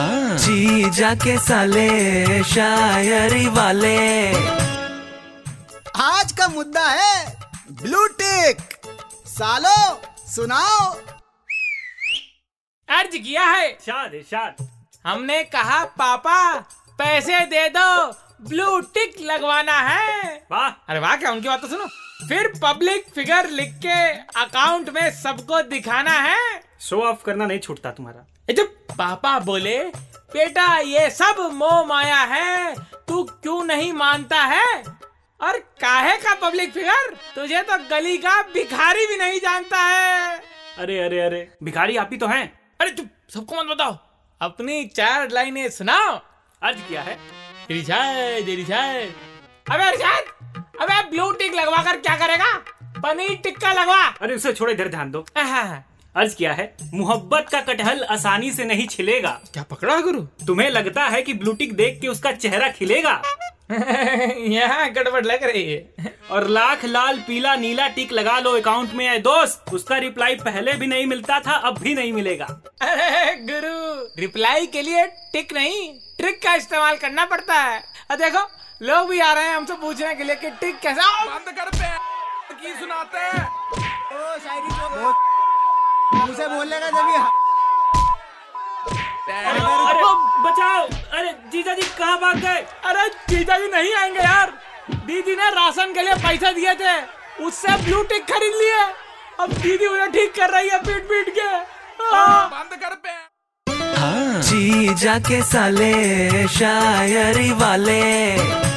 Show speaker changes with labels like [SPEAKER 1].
[SPEAKER 1] जी जाके साले शायरी वाले
[SPEAKER 2] आज का मुद्दा है ब्लू टिक सालो सुनाओ
[SPEAKER 3] अर्ज किया है
[SPEAKER 4] शाद शाद
[SPEAKER 3] हमने कहा पापा पैसे दे दो ब्लू टिक लगवाना है
[SPEAKER 4] वाह
[SPEAKER 3] अरे वाह क्या उनकी बात तो सुनो फिर पब्लिक फिगर लिख के अकाउंट में सबको दिखाना है
[SPEAKER 4] शो ऑफ करना नहीं छूटता तुम्हारा
[SPEAKER 3] ये जब पापा बोले बेटा ये सब मोह माया है तू क्यों नहीं मानता है और काहे का पब्लिक फिगर तुझे तो गली का भिखारी भी नहीं जानता है
[SPEAKER 4] अरे अरे अरे भिखारी आप ही तो हैं
[SPEAKER 3] अरे चुप सबको मत बताओ अपनी चार लाइनें सुनाओ
[SPEAKER 4] अर्ज किया है
[SPEAKER 3] रिशाद रिशाद अबे रिशाद अबे ब्लू टिक लगवा कर क्या करेगा पनीर टिक्का लगवा
[SPEAKER 4] अरे उसे छोड़े इधर ध्यान दो
[SPEAKER 3] आहा,
[SPEAKER 4] अर्ज किया है मोहब्बत का कटहल आसानी से नहीं छिलेगा
[SPEAKER 3] क्या पकड़ा है गुरु
[SPEAKER 4] तुम्हें लगता है कि ब्लूटिक देख के उसका चेहरा खिलेगा
[SPEAKER 3] यहाँ गड़बड़ लग रही है
[SPEAKER 4] और लाख लाल पीला नीला टिक लगा लो अकाउंट में आए दोस्त उसका रिप्लाई पहले भी नहीं मिलता था अब भी नहीं मिलेगा
[SPEAKER 3] अरे गुरु रिप्लाई के लिए टिक नहीं ट्रिक का इस्तेमाल करना पड़ता है अब देखो लोग भी आ रहे हैं हमसे पूछने के लिए कि ट्रिक कैसा
[SPEAKER 5] बंद कर पे की सुनाते हैं
[SPEAKER 2] ओ शायरी तो मुझे बोलने का जब
[SPEAKER 4] अरे, अरे बचाओ अरे जीजा जी कहाँ भाग गए
[SPEAKER 3] अरे जीजा जी नहीं आएंगे यार दीदी ने राशन के लिए पैसे दिए थे उससे ब्लू टिक खरीद लिए अब दीदी उन्हें ठीक कर रही है पीट पीट के आ,
[SPEAKER 5] बंद कर पे
[SPEAKER 1] जी जाके साले शायरी वाले